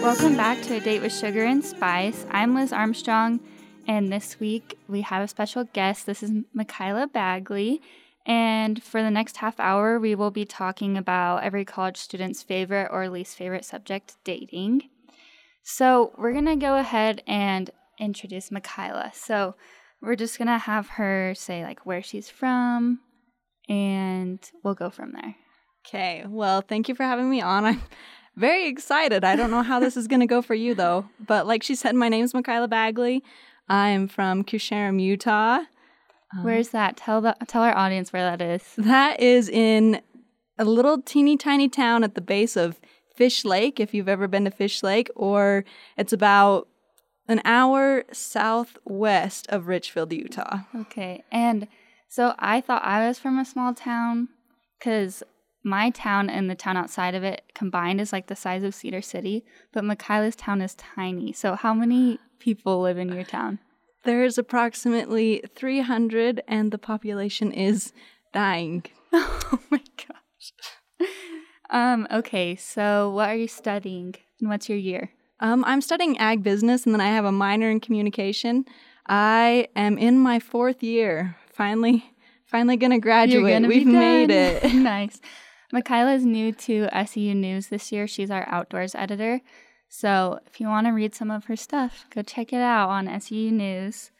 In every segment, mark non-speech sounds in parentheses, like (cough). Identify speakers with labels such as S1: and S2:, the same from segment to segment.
S1: Welcome back to A Date with Sugar and Spice. I'm Liz Armstrong, and this week we have a special guest. This is Michaela Bagley. And for the next half hour, we will be talking about every college student's favorite or least favorite subject dating. So, we're going to go ahead and introduce Michaela. So, we're just going to have her say, like, where she's from, and we'll go from there.
S2: Okay. Well, thank you for having me on. I'm (laughs) very excited. I don't know how this is going to go for you, though. But like she said, my name's Michaela Bagley. I'm from Kusharam, Utah.
S1: Where's that? Tell the tell our audience where that is.
S2: That is in a little teeny tiny town at the base of Fish Lake, if you've ever been to Fish Lake, or it's about an hour southwest of Richfield, Utah.
S1: Okay. And so I thought I was from a small town because my town and the town outside of it combined is like the size of Cedar City, but Michaela's town is tiny. So, how (sighs) many people live in your town?
S2: There is approximately 300, and the population is dying.
S1: (laughs) oh my gosh. (laughs) Um, okay. So, what are you studying and what's your year?
S2: Um, I'm studying ag business and then I have a minor in communication. I am in my fourth year. Finally, finally gonna graduate.
S1: You're gonna be
S2: We've made
S1: done. (laughs)
S2: it. (laughs)
S1: nice. Michaela is new to SEU News this year. She's our outdoors editor. So if you want to read some of her stuff, go check it out on SEU News.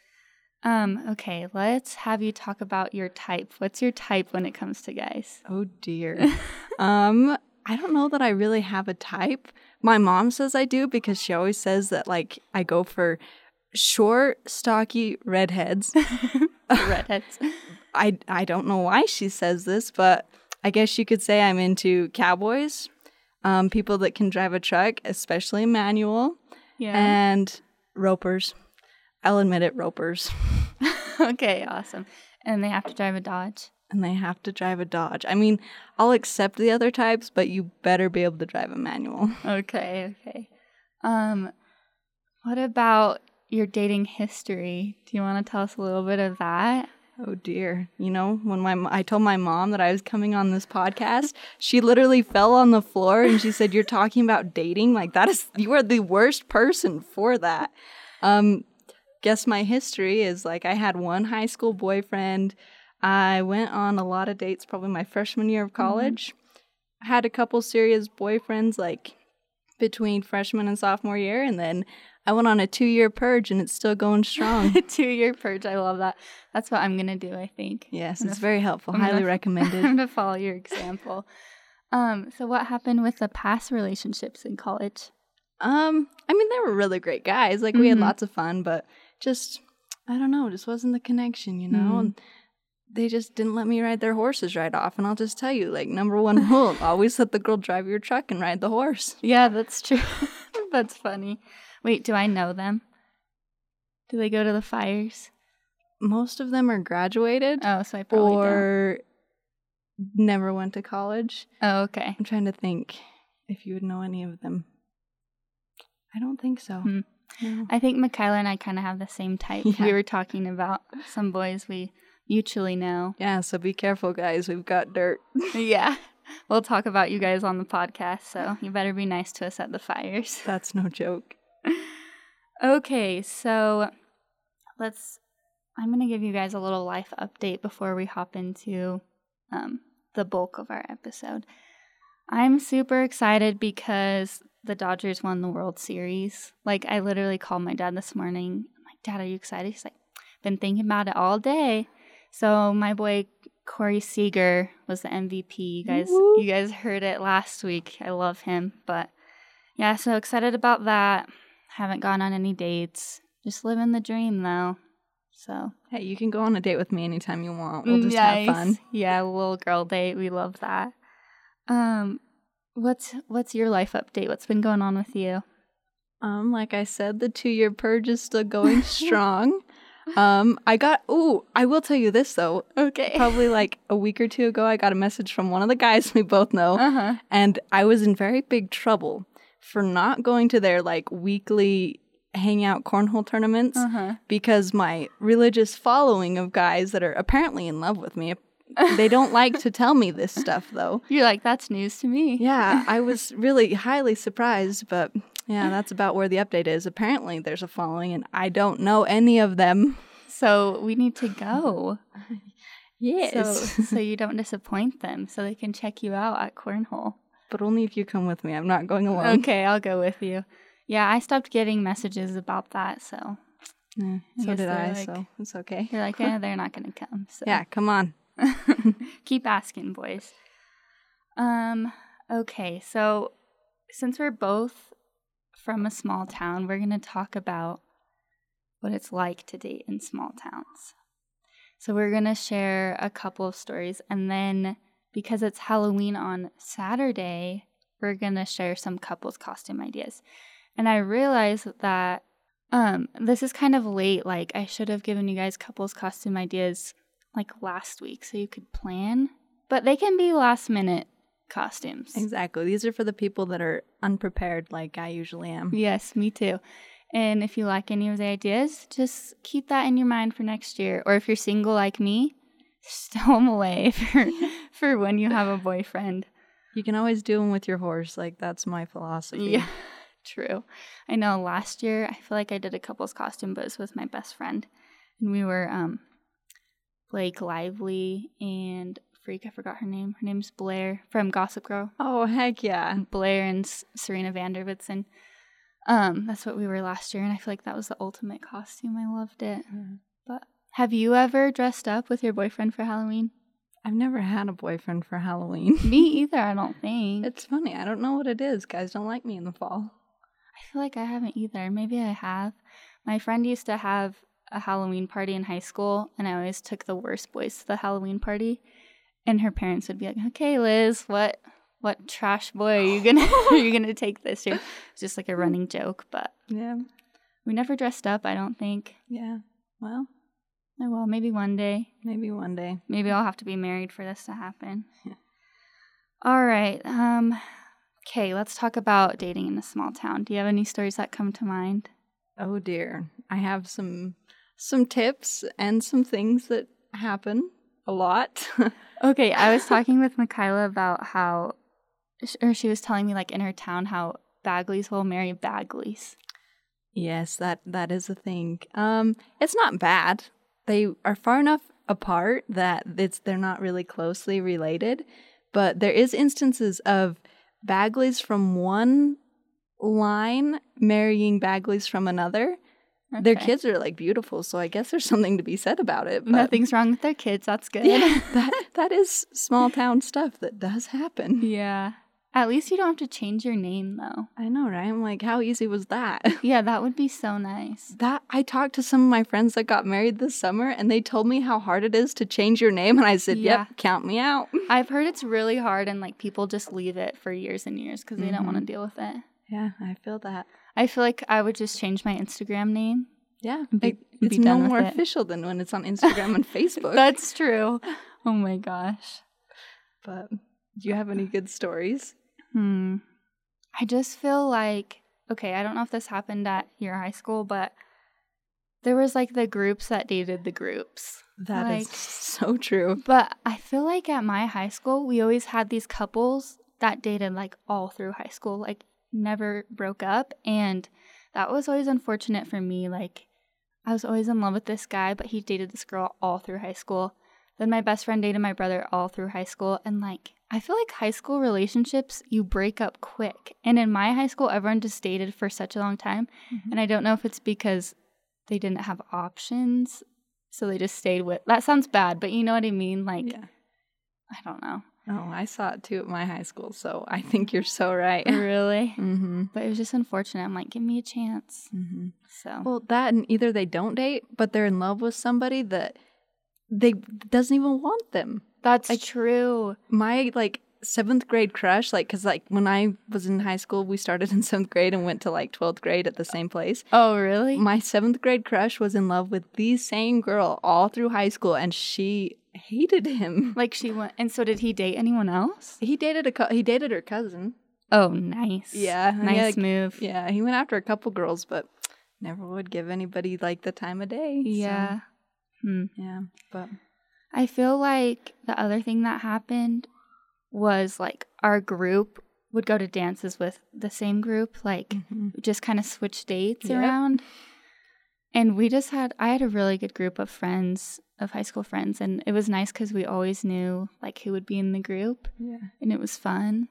S1: Um, okay, let's have you talk about your type. What's your type when it comes to
S2: (laughs)
S1: guys?
S2: Oh dear. um, I don't know that I really have a type. My mom says I do because she always says that like I go for short, stocky redheads.
S1: Redheads. (laughs)
S2: I I don't know why she says this, but I guess you could say I'm into cowboys, um, people that can drive a truck, especially manual.
S1: Yeah.
S2: and ropers. I'll admit it, ropers.
S1: (laughs) okay, awesome. And they have to drive a Dodge.
S2: And they have to drive a Dodge. I mean, I'll accept the other types, but you better be able to drive a manual.
S1: Okay, okay. Um, what about your dating history? Do you want to tell us a little bit of that?
S2: Oh dear. You know, when my m- I told my mom that I was coming on this podcast, she literally fell on the floor and she said, "You're talking about dating? Like that is you are the worst person for that." Um guess my history is like I had one high school boyfriend. I went on a lot of dates probably my freshman year of college. I had a couple serious boyfriends like between freshman and sophomore year and then I went on a 2-year purge and it's still
S1: (laughs)
S2: going strong.
S1: two year purge. I love that. That's what I'm gonna do. I think. (laughs)
S2: Yes,
S1: I'm
S2: it's very helpful.
S1: I'm gonna-
S2: Highly
S1: (laughs)
S2: recommended.
S1: I'm gonna follow your example. Um, so what happened with the past relationships in college?
S2: Um, I mean, they were really great guys. Like we had
S1: Mhm.
S2: lots of fun, but just I don't know, just wasn't the connection, you know.
S1: Mm.
S2: And they just didn't let me ride their horses right off. And I'll just tell you, like number one (laughs) rule: always let the girl drive your truck and ride the horse.
S1: Yeah, that's true. (laughs) that's funny. Wait, do I know them? Do they go to the fires?
S2: Most of them are graduated
S1: Oh, so I probably don't.
S2: or never went to college.
S1: Oh, okay.
S2: I'm trying to think if you would know any of them. I don't think so.
S1: Hmm.
S2: No.
S1: I think Michaela and I kind of have the same type.
S2: Yeah.
S1: We were talking about some boys we mutually know.
S2: Yeah, so be careful, guys. We've got dirt.
S1: (laughs) yeah. We'll talk about you guys on the podcast, so you better be nice to us at the fires.
S2: That's no joke.
S1: Okay, so let's. I'm going to give you guys a little life update before we hop into um, the bulk of our episode. I'm super excited because the Dodgers won the World Series. Like, I literally called my dad this morning. I'm like, Dad, are you excited? He's like, been thinking about it all day. So my boy Corey Seager was the MVP. You guys,
S2: Woo.
S1: you guys heard it last week. I love him, but yeah, so excited about that. Haven't gone on any dates. Just living the dream though. So
S2: Hey, you can go on a date with me anytime you want.
S1: Mm,
S2: We'll just have
S1: Nice.
S2: fun.
S1: Yeah, little girl date. We love that. Um, what's what's your life update? What's been going on with you?
S2: Um, like I said, the two-year purge is still going strong. Um, I got. Ooh, I will tell you this though.
S1: Okay.
S2: (laughs) Probably like a week or two ago, I got a message from one of the guys (laughs) we both know,
S1: Uh huh.
S2: and I was in very big trouble for not going to their like weekly hangout cornhole tournaments
S1: Uh huh.
S2: because my religious following of guys that are apparently in love with me, they don't like to tell me this stuff though.
S1: (laughs) You're like that's news to me.
S2: Yeah, I was really highly surprised, but Yeah, that's about where the update is. Apparently, there's a following, and I don't know any of them.
S1: So we need to go.
S2: Yes. (laughs)
S1: So, so you don't disappoint them, so they can check you out at Cornhole.
S2: but only if you come with me. I'm not going alone.
S1: Okay, I'll go with you. Yeah, I stopped getting messages about that, so
S2: Yeah,
S1: I
S2: so
S1: guess
S2: did
S1: they're
S2: I,
S1: like-
S2: so it's okay.
S1: they're like, eh, they're not going to come. So
S2: Yeah, come on.
S1: (laughs) keep asking, boys. Um. Okay, so since we're both from a small town, we're going to talk about what it's like to date in small towns. So we're going to share a couple of stories, and then because it's Halloween on Saturday, we're going to share some couples costume ideas. And I realized that um, this is kind of late. Like, I should have given you guys couples costume ideas like last week so you could plan, but they can be last minute costumes.
S2: Exactly. These are for the people that are unprepared, like I usually am.
S1: Yes, me too. And if you like any of the ideas, just keep that in your mind for next year. Or if you're single like me, (laughs) stow them away for, for when you have a boyfriend.
S2: You can always do them with your horse. Like that's my philosophy.
S1: Yeah, (laughs) true. I know last year, I feel like I did a couple's costume, but it was with my best friend. And we were um, Blake Lively and Freak, I forgot her name. Her name's Blair from Gossip Girl.
S2: Oh heck yeah.
S1: and Blair and S- Serena Vandervitsen. Um, that's what we were last year, and I feel like that was the ultimate costume. I loved it. But have you ever dressed up with your boyfriend for Halloween?
S2: I've never had a boyfriend
S1: (laughs)
S2: for Halloween.
S1: Me either. I don't think.
S2: It's funny. I don't know what it is. Guys don't like me in the fall.
S1: I feel like I haven't either. Maybe I have. My friend used to have a Halloween party in high school, and I always took the worst boys to the Halloween party. And her parents would be like, "Okay, Liz, what what trash boy are you gonna (laughs) are you gonna take this year?" It's just like a running joke, but
S2: Yeah.
S1: we never dressed up. I don't think.
S2: Yeah. Well,
S1: Oh, well, maybe one day.
S2: maybe one day.
S1: Maybe I'll have to be married for this to happen. All right. Um, okay, let's talk about dating in a small town. Do you have any stories that come to mind?
S2: Oh dear. I have some some tips and some things that happen a lot. (laughs)
S1: Okay, I (laughs) was talking with Mikayla about how, or she was telling me, like, in her town, how Bagleys will marry Bagleys.
S2: Yes, that that is a thing. Um, it's not bad. They are far enough apart that it's they're not really closely related, but there is instances of Bagleys from one line marrying Bagleys from another. Their
S1: Okay.
S2: kids are like beautiful, so I guess there's something to be said about it. but-
S1: Nothing's wrong with their kids. That's (laughs) good.
S2: Yeah, (laughs) that that is small town stuff that does happen.
S1: yeah. At least you don't have to change your name, though.
S2: I know, right? I'm like, how easy was that?
S1: Yeah, that would be so nice.
S2: (laughs) That I talked to some of my friends that got married this summer and they told me how hard it is to change your name and I said,
S1: Yeah.
S2: "Yep, count me out."
S1: I've heard it's really hard, and like people just leave it for years and years because they don't want to deal with it.
S2: Yeah, I feel that.
S1: I feel like I would just change my Instagram name.
S2: Yeah.
S1: Be-
S2: it-
S1: be
S2: it's
S1: done
S2: no
S1: with
S2: more
S1: it.
S2: official than when it's on Instagram (laughs) and Facebook.
S1: That's true. Oh my gosh.
S2: but do you have any good stories?
S1: Hmm. I just feel like okay, I don't know if this happened at your high school, but there was like the groups that dated the groups.
S2: That is
S1: Like-
S2: so true.
S1: But I feel like at my high school, we always had these couples that dated like all through high school, like never broke up. And that was always unfortunate for me. Like, I was always in love with this guy, but he dated this girl all through high school. Then my best friend dated my brother all through high school. And like, I feel like high school relationships, you break up quick. And in my high school, everyone just dated for such a long time. And I don't know if it's because they didn't have options. So they just stayed with that sounds bad, but you know what I mean? Like,
S2: Yeah.
S1: I don't know.
S2: Oh, I saw it too at my high school, so I think you're so (laughs) right.
S1: really?
S2: mhm.
S1: But it was just unfortunate. I'm like, give me a chance.
S2: Mhm.
S1: So,
S2: Well, that and either they don't date, but they're in love with somebody that they doesn't even want them.
S1: that's
S2: I-
S1: true.
S2: My like seventh grade crush, like, cause like when I was in high school, we started in seventh grade and went to like twelfth grade at the same place.
S1: Oh, really?
S2: My seventh grade crush was in love with the same girl all through high school, and she hated him. (laughs)
S1: like, she went, and so did he date anyone else?
S2: He dated a co- he dated her cousin.
S1: Oh, nice.
S2: Yeah,
S1: Nice
S2: yeah, like-
S1: move. Yeah.
S2: Yeah, he went after a couple girls, but never would give anybody like the time of day. so,
S1: Hmm.
S2: yeah, but
S1: I feel like the other thing that happened was like our group would go to dances with the same group, like
S2: Mhm.
S1: just kind of switch dates
S2: Yep.
S1: around. And we just had, I had a really good group of friends, of high school friends, and it was nice because we always knew like who would be in the group
S2: Yeah.
S1: and it was fun.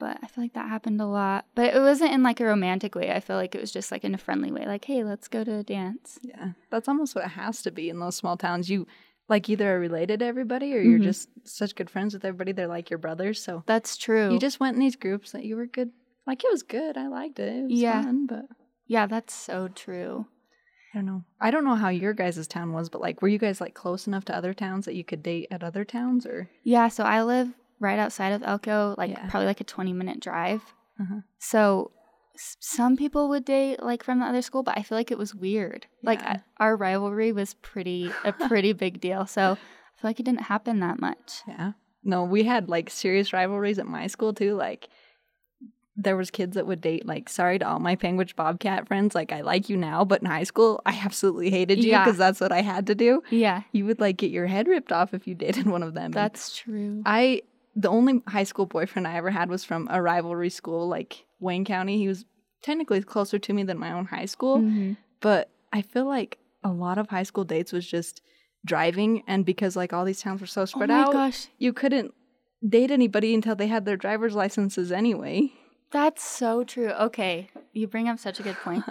S1: But I feel like that happened a lot. But it wasn't in like a romantic way. I feel like it was just like in a friendly way, like, hey, let's go to a dance.
S2: Yeah. That's almost what it has to be in those small towns. You like either are related to everybody or you're
S1: Mhm.
S2: just such good friends with everybody. They're like your brothers. So
S1: That's true.
S2: you just went in these groups that you were good. Like it was good. I liked it. It was
S1: Yeah.
S2: fun, but
S1: yeah, that's so true.
S2: I don't know. I don't know how your guys' town was, but like were you guys like close enough to other towns that you could date at other towns or
S1: Yeah, so I live right outside of Elko, like
S2: Yeah.
S1: probably like a 20 minute drive.
S2: Uh-huh.
S1: So s- some people would date like from the other school, but I feel like it was weird. Like
S2: Yeah.
S1: I, our rivalry was pretty
S2: (laughs)
S1: a pretty big deal. So I feel like it didn't happen that much.
S2: Yeah. No, we had like serious rivalries at my school too. Like there was kids that would date like, sorry to all my Penguich Bobcat friends, like I like you now, but in high school I absolutely hated you
S1: Yeah.
S2: because that's what I had to do.
S1: Yeah,
S2: You would like get your head ripped off if you dated one of them. And
S1: that's true.
S2: I the only high school boyfriend I ever had was from a rivalry school like Wayne County. He was technically closer to me than my own high school
S1: Mhm.
S2: but I feel like a lot of high school dates was just driving, and because like all these towns were so
S1: Oh
S2: spread
S1: my
S2: out,
S1: gosh,
S2: you couldn't date anybody until they had their driver's licenses anyway.
S1: that's so true. Okay, you bring up such a good
S2: (laughs)
S1: point.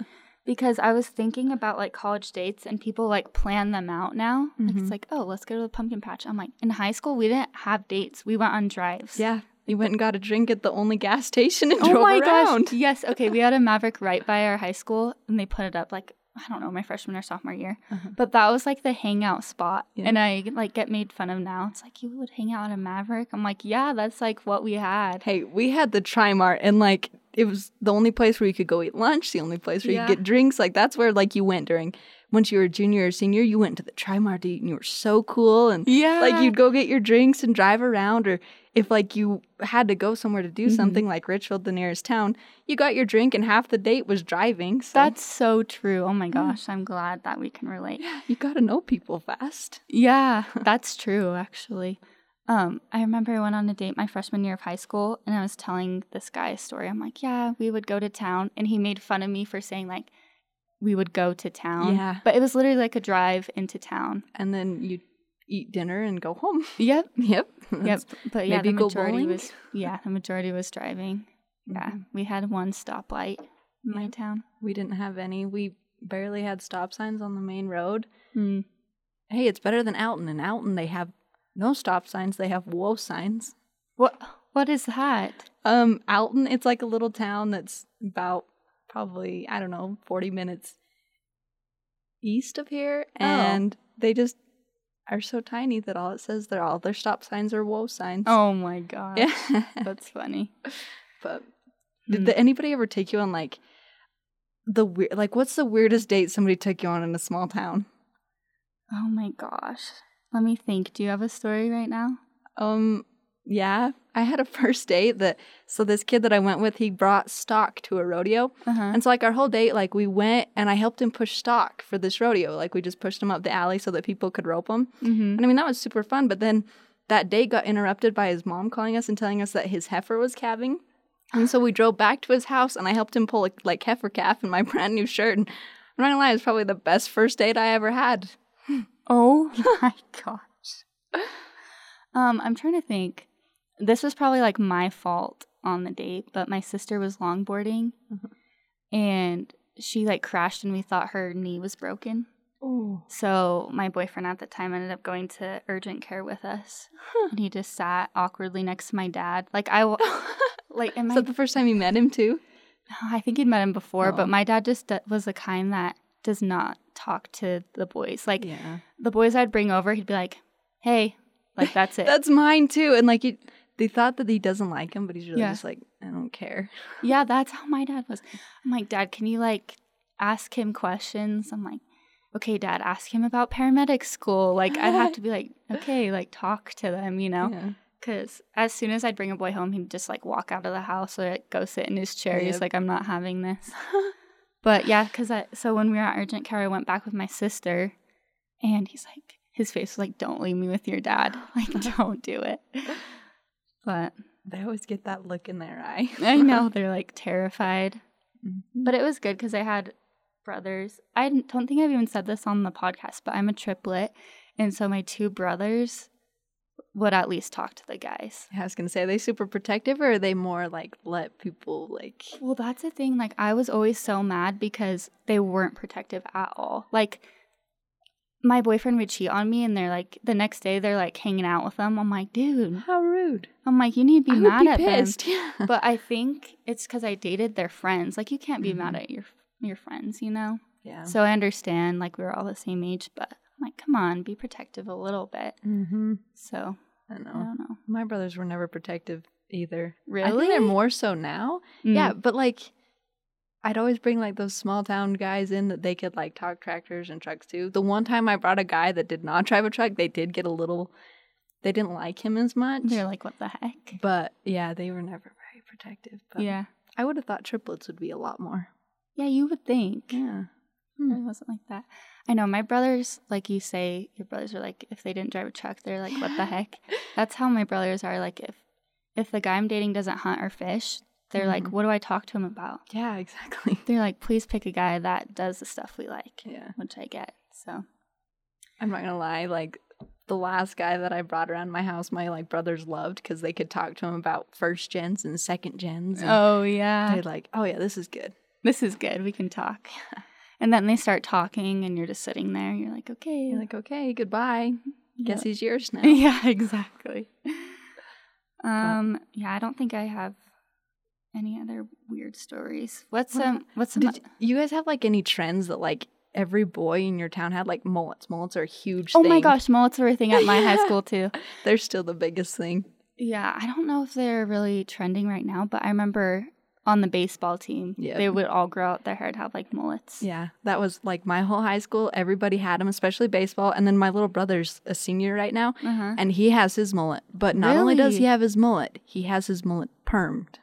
S1: Because I was thinking about like college dates and people like plan them out now. Like,
S2: Mhm.
S1: it's like, oh, let's go to the pumpkin patch. I'm like, in high school, we didn't have dates. We went on drives.
S2: Yeah, you went and got a drink at the only gas station and
S1: Oh
S2: drove
S1: my
S2: around. (laughs)
S1: gosh. Yes. Okay. We had a Maverick right by our high school and they put it up like, I don't know, my freshman or sophomore year.
S2: Uh-huh.
S1: But that was like the hangout spot.
S2: Yeah.
S1: And I like get made fun of now. It's like, you would hang out at a Maverick. I'm like, yeah, that's like what we had.
S2: Hey, we had the Trimart, and like it was the only place where you could go eat lunch, the only place where
S1: Yeah.
S2: you could get drinks. Like that's where like you went during once you were a junior or senior, you went to the Trimart to eat, and you were so cool and
S1: Yeah.
S2: like you'd go get your drinks and drive around or if like you had to go somewhere to do
S1: Mhm.
S2: something like richfield the nearest town you got your drink and half the date was driving so
S1: That's so true. Oh my gosh. I'm glad that we can relate.
S2: you got to know people fast (laughs)
S1: Yeah, that's true, actually. Um, I remember I went on a date my freshman year of high school, and I was telling this guy a story. I'm like, "Yeah, we would go to town," and he made fun of me for saying like, "We would go to town."
S2: Yeah.
S1: but it was literally like a drive into town.
S2: and then you eat dinner and go home (laughs)
S1: Yep,
S2: yep
S1: yep. But yeah,
S2: maybe
S1: the
S2: go
S1: majority
S2: bowling? Mm-hmm.
S1: was yeah, the majority was driving. Yeah, we had one stoplight in my town.
S2: we didn't have any we barely had stop signs on the main road Hmm.
S1: Mm.
S2: hey it's better than alton and alton they have no stop signs they have whoa signs
S1: What what is that?
S2: Um, Alton, it's like a little town that's about probably, I don't know, 40 minutes east of here.
S1: Oh.
S2: And they just are so tiny that all it says they're all their stop signs are whoa signs.
S1: Oh my gosh,
S2: yeah. (laughs)
S1: that's funny.
S2: but
S1: Hmm.
S2: did the, anybody ever take you on like the weird, like what's the weirdest date somebody took you on in a small town?
S1: Oh my gosh. Let me think. Do you have a story right now?
S2: Um, yeah, I had a (laughs) first date that, so this kid that I went with, he brought stock to a rodeo.
S1: Uh-huh.
S2: And so like our whole date, like we went and I helped him push stock for this rodeo. Like we just pushed him up the alley so that people could rope him.
S1: Mm-hmm.
S2: And I mean that was super fun. But then that day got interrupted by his mom calling us and telling us that his heifer was calving. And so we drove back to his house and I helped him pull a, like heifer calf in my (laughs) brand new shirt. And I'm not gonna lie, it was probably the best first date I ever had. (laughs)
S1: Oh my gosh. Um, I'm trying to think. This was probably like my fault on the date, but my sister was longboarding
S2: Mhm.
S1: and she like crashed and we thought her knee was broken.
S2: Oh,
S1: So my boyfriend at the time ended up going to urgent care with us. And he just sat awkwardly next to my dad. Like I
S2: (laughs)
S1: wa- like and
S2: Is
S1: my
S2: that the first time you met him too?
S1: No, I think he'd met him before,
S2: Oh.
S1: but my dad just d- was the kind that does not talk to the boys. Like
S2: Yeah.
S1: the boys I'd bring over, he'd be like, "Hey," like that's it.
S2: (laughs) That's mine too. And like you they thought that he doesn't like him, but he's really
S1: Yeah.
S2: just like, I don't care.
S1: yeah, that's how my dad was. I'm like, Dad, can you like ask him questions? I'm like, Okay, Dad, ask him about paramedic school. Like I'd
S2: (laughs)
S1: have to be like, Okay, like talk to them, you know?
S2: Yeah.
S1: Because as soon as I'd bring a boy home, he'd just like walk out of the house or like, go sit in his chair. He's
S2: Yep.
S1: like, I'm not having this. but yeah, because I, so when we were at urgent care, I went back with my sister and he's (laughs) like, his face was like, don't leave me with your dad. Like, don't do it. But
S2: They always get that look in their eye.
S1: I know they're like terrified. But it was good because I had brothers. I didn't- don't think I've even said this on the podcast, but I'm a triplet. And so my two brothers would at least talk to the guys.
S2: (laughs) I was gonna say, are they super protective or are they more like let people like
S1: Well, that's the thing. Like, I was always so mad because they weren't protective at all. Like, my boyfriend would cheat on me, and they're like, the next day they're like hanging out with them. I'm like, dude,
S2: how rude?
S1: I'm like, you need to be
S2: I would
S1: mad
S2: be
S1: at
S2: pissed. (laughs) Yeah.
S1: them. But I think it's because I dated their friends. Like, you can't be mad at your your friends, you know.
S2: Mm-hmm. yeah.
S1: So I understand. Like, we were all the same age, but I'm like, come on, be protective a little bit.
S2: mm-hmm.
S1: So
S2: I know.
S1: I don't know.
S2: My brothers were never protective either. Oh. I
S1: Really?
S2: think they're more so now.
S1: Mm.
S2: Yeah, but like I'd always bring like those small town guys in that they could like talk tractors and trucks to. The one time I brought a guy that did not drive a truck, they did get a little they didn't like him as much.
S1: They're like, what the heck?
S2: but yeah, they were never very protective. But
S1: yeah.
S2: I would have thought triplets would be a lot more.
S1: Yeah, you would think.
S2: Yeah.
S1: It
S2: Hmm.
S1: wasn't like that. I know my brothers, like you say, your brothers are like, if they didn't drive a truck, they're like,
S2: (laughs)
S1: what the heck? That's how my brothers are. Like, if if the guy I'm dating doesn't hunt or fish, they're
S2: Mm-hmm.
S1: like, what do I talk to him about?
S2: Yeah, (laughs) exactly.
S1: They're like, please pick a guy that does the stuff we like,
S2: Yeah.
S1: which I get. So
S2: I'm not gonna lie, like the last guy that I brought around my house, my like brothers loved because they could talk to him about first gens and second gens. And
S1: oh yeah,
S2: They're like, oh yeah, this is good.
S1: this is good. We can talk. And then they start talking, and you're just sitting there. And you're like, okay,
S2: You're like, okay, goodbye. Guess he's yours (laughs)
S1: (laughs)
S2: now.
S1: yeah, exactly. Um, yeah, I don't think I have any other weird stories. What's
S2: What
S1: um, what's some,
S2: Did you guys have like any trends that like every boy in your town had? Like mullets. Mullets are a huge.
S1: oh
S2: thing.
S1: my gosh, mullets were a thing at my high (laughs)
S2: Yeah.
S1: school too.
S2: they're still the biggest thing.
S1: Yeah, I don't know if they're really trending right now, but I remember on the baseball team,
S2: Yep.
S1: they would all grow out their hair and have like mullets.
S2: Yeah, that was like my whole high school. Everybody had them, especially baseball. And then my little brother's a senior right now,
S1: Uh-huh.
S2: and he has his mullet. But not only does he
S1: Really?
S2: have his mullet, he has his mullet permed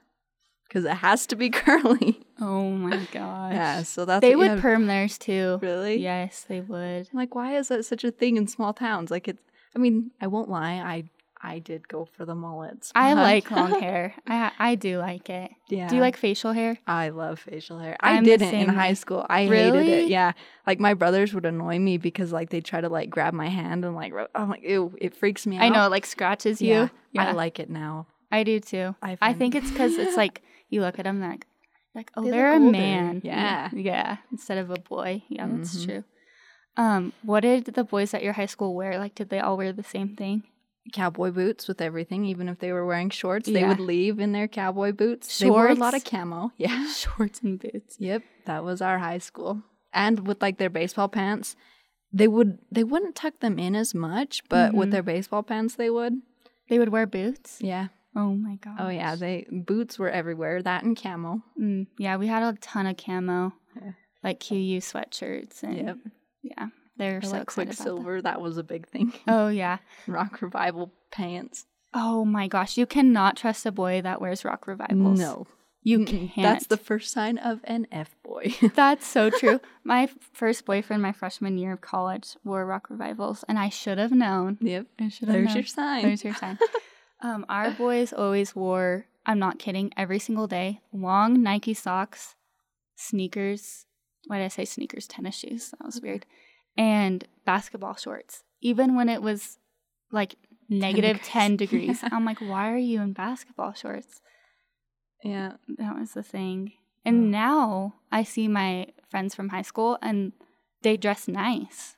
S2: because it has to be (laughs) curly.
S1: Oh (laughs) my gosh.
S2: Yeah, so that's
S1: They
S2: what you
S1: would
S2: have-
S1: perm theirs too.
S2: really.
S1: Yes, they would.
S2: I'm like, why is that such a thing in small towns? Like, it's. I mean, I won't lie. I I did go for the mullets.
S1: I (laughs)
S2: but- (laughs)
S1: like long hair. I I do like it.
S2: Yeah.
S1: Do you like facial hair?
S2: I love facial hair. I
S1: I'm the
S2: didn't in
S1: same
S2: high
S1: way.
S2: school. I hated
S1: Really?
S2: it. Yeah. Like my brothers would annoy me because like they try to like grab my hand and like rub- I'm like ew, it freaks me out.
S1: I know it like scratches you.
S2: Yeah.
S1: Yeah.
S2: I like it now.
S1: I do too.
S2: I
S1: I
S2: find-
S1: think it's because it's like you look at them like, like oh,
S2: They
S1: they
S2: look
S1: are a
S2: older.
S1: man.
S2: Yeah.
S1: yeah. Instead of a boy. Yeah, that's
S2: Mhm.
S1: true. Um, what did the boys at your high school wear? Like, did they all wear the same
S2: (laughs)
S1: thing?
S2: (laughs) Cowboy boots with everything, even if they were wearing shorts, they
S1: Yeah.
S2: would leave in their cowboy boots. They wore a lot of
S1: Shorts?
S2: camo. (laughs) Yeah.
S1: Shorts and boots.
S2: Yep, that was our high school. And with like their baseball pants, they would they wouldn't tuck them in as much, but with
S1: Mhm.
S2: their baseball pants they would.
S1: They would wear boots.
S2: Yeah.
S1: Oh my god.
S2: Oh yeah, they boots were everywhere, that and camo.
S1: Mm, yeah, we had a ton of camo,
S2: Yeah.
S1: like QU sweatshirts and
S2: Yep.
S1: yeah, they're
S2: Or
S1: so
S2: like
S1: excited about that.
S2: Quicksilver, that was a big
S1: (laughs)
S2: thing.
S1: Oh yeah.
S2: Rock revival pants.
S1: Oh my gosh, you cannot trust a boy that wears rock revivals.
S2: No,
S1: you
S2: Mm-mm.
S1: can't.
S2: that's the first sign of an F boy. (laughs)
S1: That's so true. (laughs) my f- first boyfriend, my freshman year of college, wore rock revivals, and I should have known.
S2: yep,
S1: I should
S2: there's your sign.
S1: There's your sign. (laughs) um, our boys always wore. I'm not kidding. Every single day, long Nike socks, sneakers. Why did I say sneakers? Tennis shoes. That was weird. And basketball shorts. Even when it was like negative
S2: degrees.
S1: ten (laughs) degrees, I'm like, why are you in basketball shorts?
S2: yeah,
S1: that was the thing. And
S2: Mm.
S1: now I see my friends from high school and they dress nice.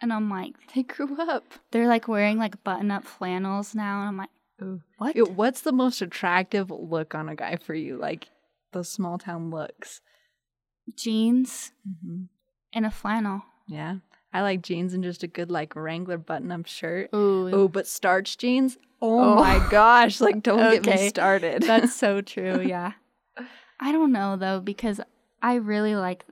S1: And I'm like,
S2: they grew up.
S1: they're like wearing like button up flannels now. And I'm like, what?
S2: Yo, what's the most attractive look on a guy for you? Like those small town looks.
S1: Jeans
S2: Mm-hmm.
S1: and a flannel.
S2: Yeah, I like jeans and just a good like Wrangler button up shirt.
S1: Ooh.
S2: (laughs) Oh, but starch jeans. Oh,
S1: Oh.
S2: my
S1: (laughs)
S2: gosh! Like, don't get me
S1: Okay.
S2: started.
S1: That's so true. Yeah. I don't know though, because I really like,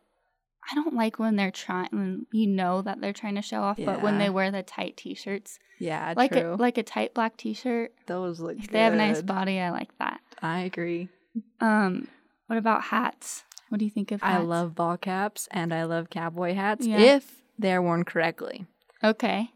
S1: I don't like when they're trying, when you know that they're trying to show off, but when
S2: Yeah.
S1: they wear the tight t shirts,
S2: (laughs) yeah,
S1: like
S2: true.
S1: a, like a tight black t shirt,
S2: those look.
S1: if they have a nice
S2: good.
S1: body, I like that.
S2: I agree.
S1: Um, what about hats? What do you think of
S2: I
S1: hats?
S2: love ball caps and I love cowboy hats
S1: Yeah.
S2: if they're worn correctly.
S1: Okay.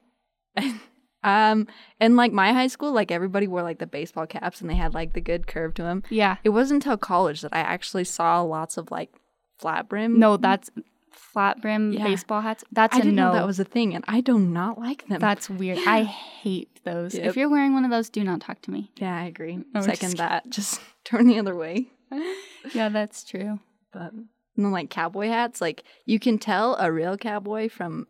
S2: Um, and like my high school, like everybody wore like the baseball caps and they had like the good curve to them.
S1: Yeah.
S2: It wasn't until college that I actually saw lots of like flat brim.
S1: No, that's flat brim
S2: Mm-hmm. Yeah.
S1: baseball hats. That's
S2: I
S1: a
S2: didn't
S1: no.
S2: know that was a thing, and I do not like them.
S1: that's weird. I hate those.
S2: Yep.
S1: If you're wearing one of those, do not talk to me.
S2: yeah, I agree.
S1: Oh, just
S2: Second
S1: kidding.
S2: that. Just (laughs) turn the other way.
S1: Yeah, that's true.
S2: But and then like cowboy hats, like you can tell a real cowboy from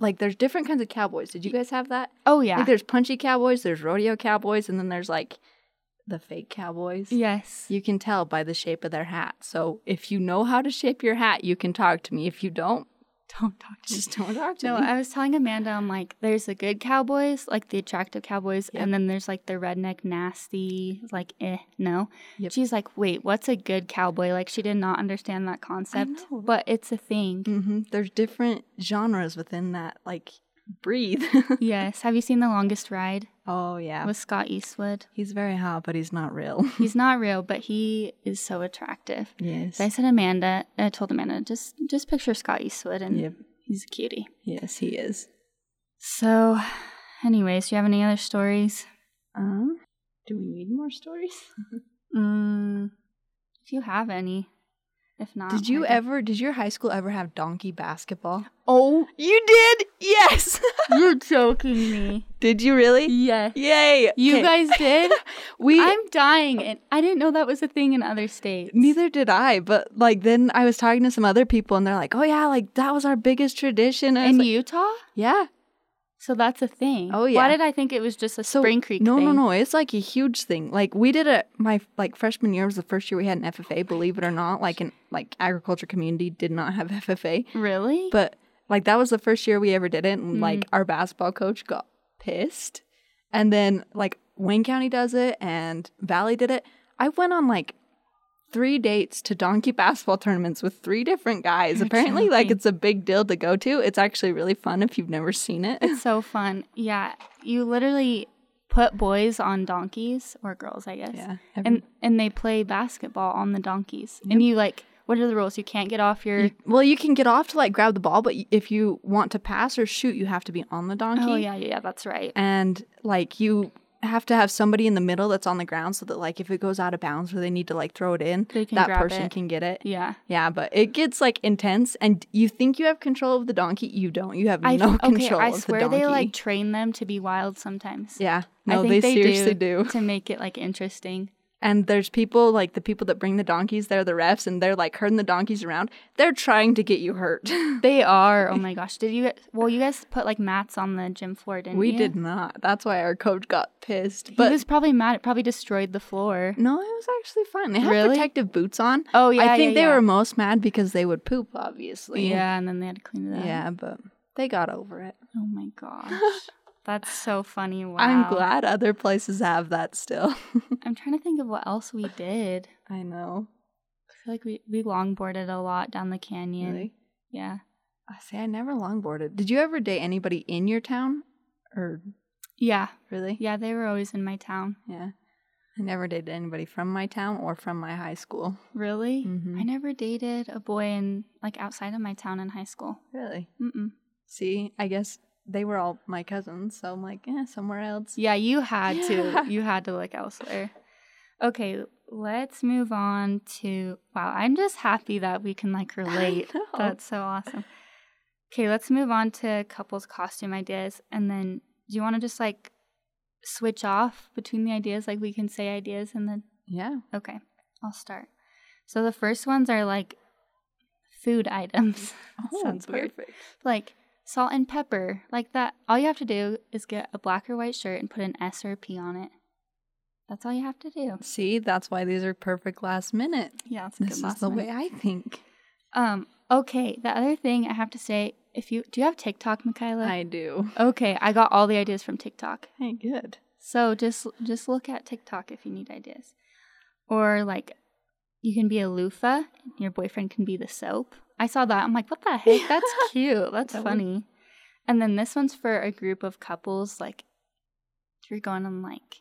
S2: like there's different kinds of cowboys. Did you guys have that?
S1: Oh yeah.
S2: Like there's punchy cowboys, there's rodeo cowboys, and then there's like the fake cowboys.
S1: yes.
S2: You can tell by the shape of their hat. So if you know how to shape your hat, you can talk to me. If you don't, (laughs)
S1: Don't talk to me.
S2: just don't talk to
S1: No,
S2: me.
S1: I was telling Amanda, I'm like, there's the good cowboys, like the attractive cowboys,
S2: Yep.
S1: and then there's like the redneck nasty, like eh, no.
S2: Yep.
S1: She's like, wait, what's a good cowboy? Like she did not understand that concept,
S2: know.
S1: but it's a thing.
S2: hmm There's different genres within that. Like, (laughs) breathe.
S1: yes. Have you seen The Longest Ride
S2: oh yeah,
S1: with Scott Eastwood?
S2: he's very hot, but he's not real.
S1: He's not real, but he is so attractive.
S2: (laughs) Yes.
S1: So I said Amanda, I told Amanda, just just picture Scott Eastwood and
S2: Yep.
S1: he's a cutie.
S2: Yes, he is.
S1: So anyways, do you have any other stories?
S2: Um, do we need more stories?
S1: Mm, if you have any. If not,
S2: did you
S1: I can-
S2: ever? Did your high school ever have donkey basketball?
S1: (laughs) Oh,
S2: You did. Yes. (laughs)
S1: you're joking me.
S2: did you really?
S1: Yes.
S2: Yay!
S1: You
S2: 'Kay.
S1: guys did?
S2: (laughs) we.
S1: I'm dying. And I didn't know that was a thing in other states.
S2: Neither did I, but like then I was talking to some other people and they're like, "Oh yeah, like that was our biggest tradition." And I was
S1: In
S2: like,
S1: Utah?
S2: yeah,
S1: So that's a thing.
S2: Oh,
S1: Why
S2: yeah.
S1: did I think it was just a Spring Creek
S2: no
S1: thing?
S2: no no it's like a huge thing like we did a my like freshman year was the first year we had an ffa believe it or not like an like agriculture community did not have ffa
S1: Really?
S2: but like that was the first year we ever did it and like
S1: Mm-hmm.
S2: our basketball coach got pissed and then like wayne county does it and valley did it i went on like three dates to donkey (laughs) basketball tournaments with three different
S1: (laughs)
S2: guys
S1: You're
S2: apparently like
S1: joking.
S2: it's a big deal to go to it's actually really fun if you've never seen it
S1: It's so fun. Yeah. You literally put boys on donkeys or girls, I guess.
S2: yeah
S1: And and they play basketball on the donkeys. And you like what are the rules? You can't get off your
S2: Well, you can get off to like grab the ball, but y- if you want to pass or shoot, you have to be on the donkey.
S1: Oh yeah, yeah, yeah, that's right.
S2: And like you have to have somebody in the middle that's on the ground so that like if it goes out of bounds or they need to like throw it in,
S1: They can
S2: that
S1: grab
S2: person
S1: it.
S2: can get it.
S1: Yeah.
S2: Yeah, but it gets like intense and you think you have control of the donkey, you don't. You have
S1: I
S2: no
S1: th- okay,
S2: control
S1: I
S2: of the
S1: swear
S2: donkey.
S1: they like train them to be wild sometimes.
S2: yeah.
S1: I
S2: No,
S1: think
S2: they, seriously do.
S1: (laughs) to make it like interesting.
S2: And there's people like the people that bring the donkeys, they're the refs and they're like herding the donkeys around. They're trying to get you hurt. (laughs)
S1: They are. Oh my gosh! Did you? guys- Well, you guys put like mats on the gym floor, didn't
S2: We
S1: you?
S2: did not. That's why our coach got pissed.
S1: But
S2: But
S1: he was probably mad. It probably destroyed the floor.
S2: no, it was actually fine. They had
S1: Really?
S2: protective boots on.
S1: Oh yeah.
S2: I think
S1: yeah,
S2: they
S1: yeah.
S2: were most mad because they would poop, obviously.
S1: Yeah, and then they had to clean it up.
S2: Yeah, but they got over it.
S1: Oh my (laughs) gosh. That's so funny. Wow.
S2: I'm glad other places have that still. (laughs)
S1: I'm trying to think of what else we did.
S2: I know.
S1: I feel like we, we longboarded a lot down the canyon.
S2: Really?
S1: Yeah.
S2: I say I never longboarded. Did you ever date anybody in your town? Or
S1: Yeah.
S2: really?
S1: Yeah, they were always in my town.
S2: Yeah. I never dated anybody from my town or from my high school.
S1: Really?
S2: Mhm.
S1: I never dated a boy in like outside of my town in high school.
S2: Really?
S1: Mm-mm.
S2: See, I guess they were all my cousins, so I'm like, eh, somewhere else. (laughs)
S1: Yeah, you had (laughs)
S2: Yeah.
S1: to. You had to look elsewhere. Okay, let's move on to wow, I'm just happy that we can (laughs) like relate.
S2: know.
S1: That's so awesome. Okay, let's move on to couples costume ideas and then do you want to just like switch off between the ideas like we can say ideas and then
S2: Yeah.
S1: okay, I'll start. So the first ones are like food items. (laughs) Sounds weird. like salt and pepper like that all you have to do is get a black or white shirt and put an s or a p on it that's all you have to do
S2: See, that's why these are perfect last minute.
S1: yeah that's a
S2: This
S1: good
S2: is
S1: last
S2: the
S1: one.
S2: way I think.
S1: um okay the other thing i have to say if you do you have tiktok michaela
S2: I do.
S1: okay i got all the ideas from tiktok
S2: Hey, good.
S1: so just just look at tiktok if you need ideas or like you can be a loofah and your boyfriend can be the soap i saw that i'm like what the heck that's cute that's
S2: That would-
S1: funny and then this one's for a group of couples like if you're going on like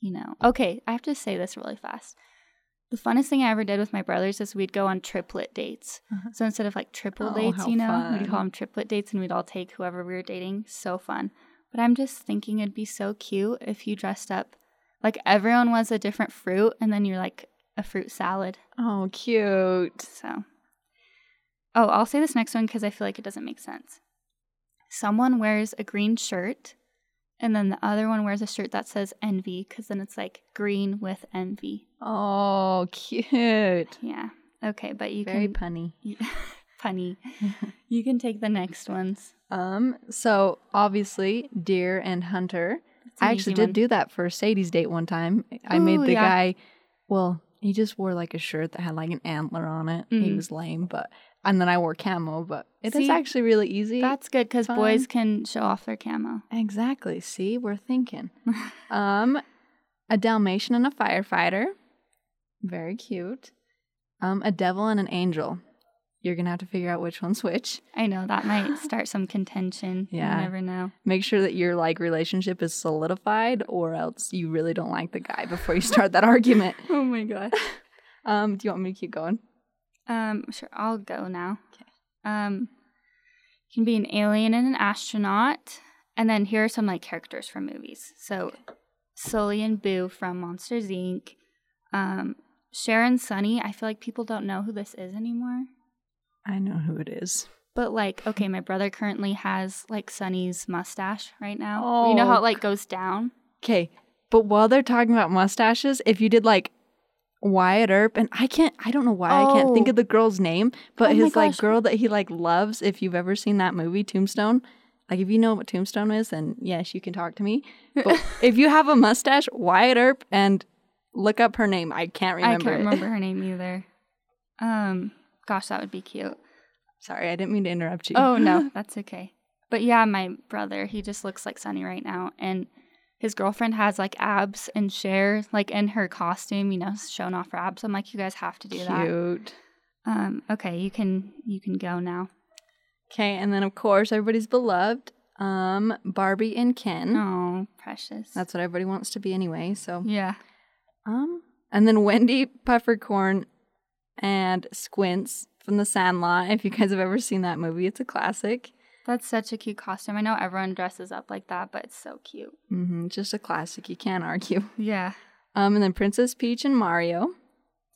S1: you know okay i have to say this really fast the funnest thing i ever did with my brothers is we'd go on triplet dates
S2: Uh-huh.
S1: so instead of like triple
S2: Oh,
S1: dates
S2: how
S1: you know we'd
S2: fun.
S1: call them triplet dates and we'd all take whoever we were dating so fun But I'm just thinking it'd be so cute if you dressed up like everyone was a different fruit and then you're like a fruit salad.
S2: Oh, cute.
S1: So, oh, I'll say this next one because I feel like it doesn't make sense. Someone wears a green shirt, and then the other one wears a shirt that says envy because then it's like green with envy.
S2: Oh, cute.
S1: Yeah. Okay, but you
S2: Very
S1: can
S2: punny.
S1: (laughs) punny. you can take the next ones.
S2: Um, so obviously, deer and hunter.
S1: It's an
S2: I actually
S1: easy
S2: did
S1: one.
S2: do that for Sadie's date one time. I made
S1: Ooh,
S2: the
S1: yeah.
S2: guy, well, he just wore like a shirt that had like an antler on it. He
S1: Mm.
S2: was lame, but and then I wore camo, but it is
S1: See,
S2: actually really easy.
S1: That's good because
S2: Fun.
S1: boys can show off their camo.
S2: exactly. See, we're thinking. (laughs) um, a Dalmatian and a firefighter, very cute. Um, a devil and an angel. You're gonna have to figure out which one's which.
S1: I know that might start some contention.
S2: Yeah.
S1: You never know.
S2: make sure that your like relationship is solidified or else you really don't like the guy before you start that (laughs) argument
S1: Oh my gosh.
S2: um do you want me to keep going
S1: Um, sure, I'll go now. Um, you can be an alien and an astronaut, and then here are some like characters from movies. So, Sully and Boo from Monsters Inc. Um, Sharon Sunny. I feel like people don't know who this is anymore.
S2: i know who it is
S1: But like, okay, my brother currently has like Sunny's mustache right now. you know how
S2: Oh,
S1: it like goes down.
S2: okay but while they're talking about mustaches if you did like Wyatt Earp and I can't I don't know why I can't think
S1: Oh.
S2: of the girl's name but
S1: Oh my
S2: his like
S1: gosh.
S2: girl that he like loves if you've ever seen that movie Tombstone like if you know what Tombstone is then yes you can talk to me
S1: (laughs)
S2: but if you have a mustache Wyatt Earp and look up her name I can't
S1: I
S2: remember
S1: can't
S2: it.
S1: remember her name either. Um, gosh, that would be cute.
S2: (laughs) sorry I didn't mean to interrupt you
S1: Oh
S2: (laughs)
S1: no, that's okay. But yeah, my brother, he just looks like Sunny right now, and his girlfriend has like abs and Cher, like in her costume, you know, showing off her abs. I'm like, you guys have to do that.
S2: Cute.
S1: Um, okay, you can you can go now.
S2: Okay, and then of course everybody's beloved, um, Barbie and Ken.
S1: Oh, precious.
S2: Mm. That's what everybody wants to be anyway. So,
S1: yeah.
S2: um, and then Wendy Puffercorn and Squints from The Sandlot. If you guys have ever seen that movie, it's a classic.
S1: That's such a cute costume. I know everyone dresses up like that, but it's so cute.
S2: hmm just a classic. You can't argue.
S1: Yeah.
S2: Um, and then Princess Peach and Mario.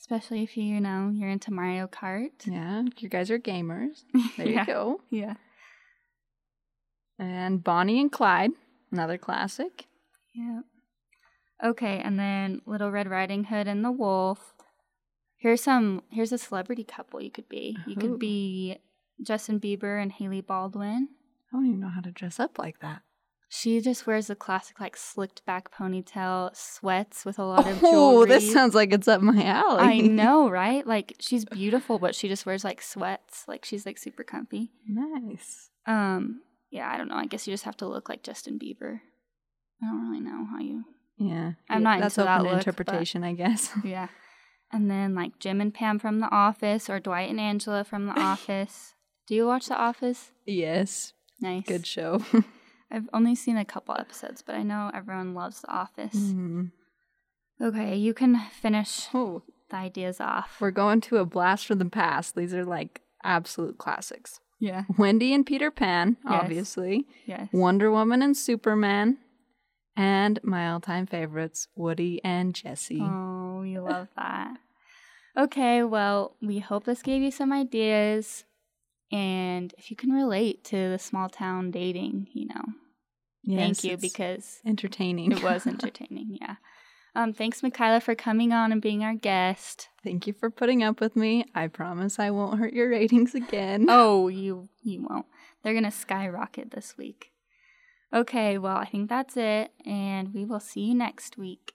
S1: Especially if you, you know, you're into Mario Kart.
S2: Yeah, you guys are (laughs) gamers. There
S1: Yeah.
S2: you go.
S1: Yeah.
S2: And Bonnie and Clyde, another classic.
S1: Yep. Okay, and then Little Red Riding Hood and the Wolf. Here's some. Here's a celebrity couple you could be. You
S2: Ooh.
S1: could be Justin Bieber and Haley Baldwin.
S2: I don't even know how to dress up like that.
S1: She just wears the classic like slicked back ponytail, sweats with a lot of
S2: (laughs) Oh,
S1: jewelry.
S2: this sounds like it's up my alley. (laughs)
S1: I know, right? Like she's beautiful, but she just wears like sweats. Like she's like super comfy.
S2: Nice.
S1: Um, yeah, I don't know. I guess you just have to look like Justin Bieber. I don't really know how you
S2: Yeah.
S1: I'm
S2: Yeah,
S1: not
S2: That's
S1: into that
S2: open to
S1: look, but-
S2: interpretation, I guess. (laughs)
S1: Yeah. And then like Jim and Pam from The Office or Dwight and Angela from
S2: (laughs)
S1: The Office. Do you watch The Office?
S2: yes.
S1: Nice.
S2: Good show. (laughs)
S1: I've only seen a couple episodes, but I know everyone loves The Office.
S2: Mhm.
S1: Okay, you can finish
S2: Oh,
S1: the ideas off.
S2: we're going to a blast from the past. These are like absolute classics.
S1: yeah.
S2: Wendy and Peter Pan,
S1: Yes.
S2: obviously.
S1: Yes.
S2: Wonder Woman and Superman. And my all time favorites, Woody and Jesse.
S1: Oh,
S2: E.
S1: you love that. Okay, well, we hope this gave you some ideas. And if you can relate to the small town dating, you know,
S2: Yes,
S1: thank you
S2: it's
S1: because (laughs)
S2: entertaining.
S1: it was entertaining. Yeah. Um, thanks, Mikayla, for coming on and being our guest.
S2: (laughs) Thank you for putting up with me. I promise I won't hurt your ratings again.
S1: Oh, you you won't. They're gonna skyrocket this week. Okay, well, I think that's it, and we will see you next week.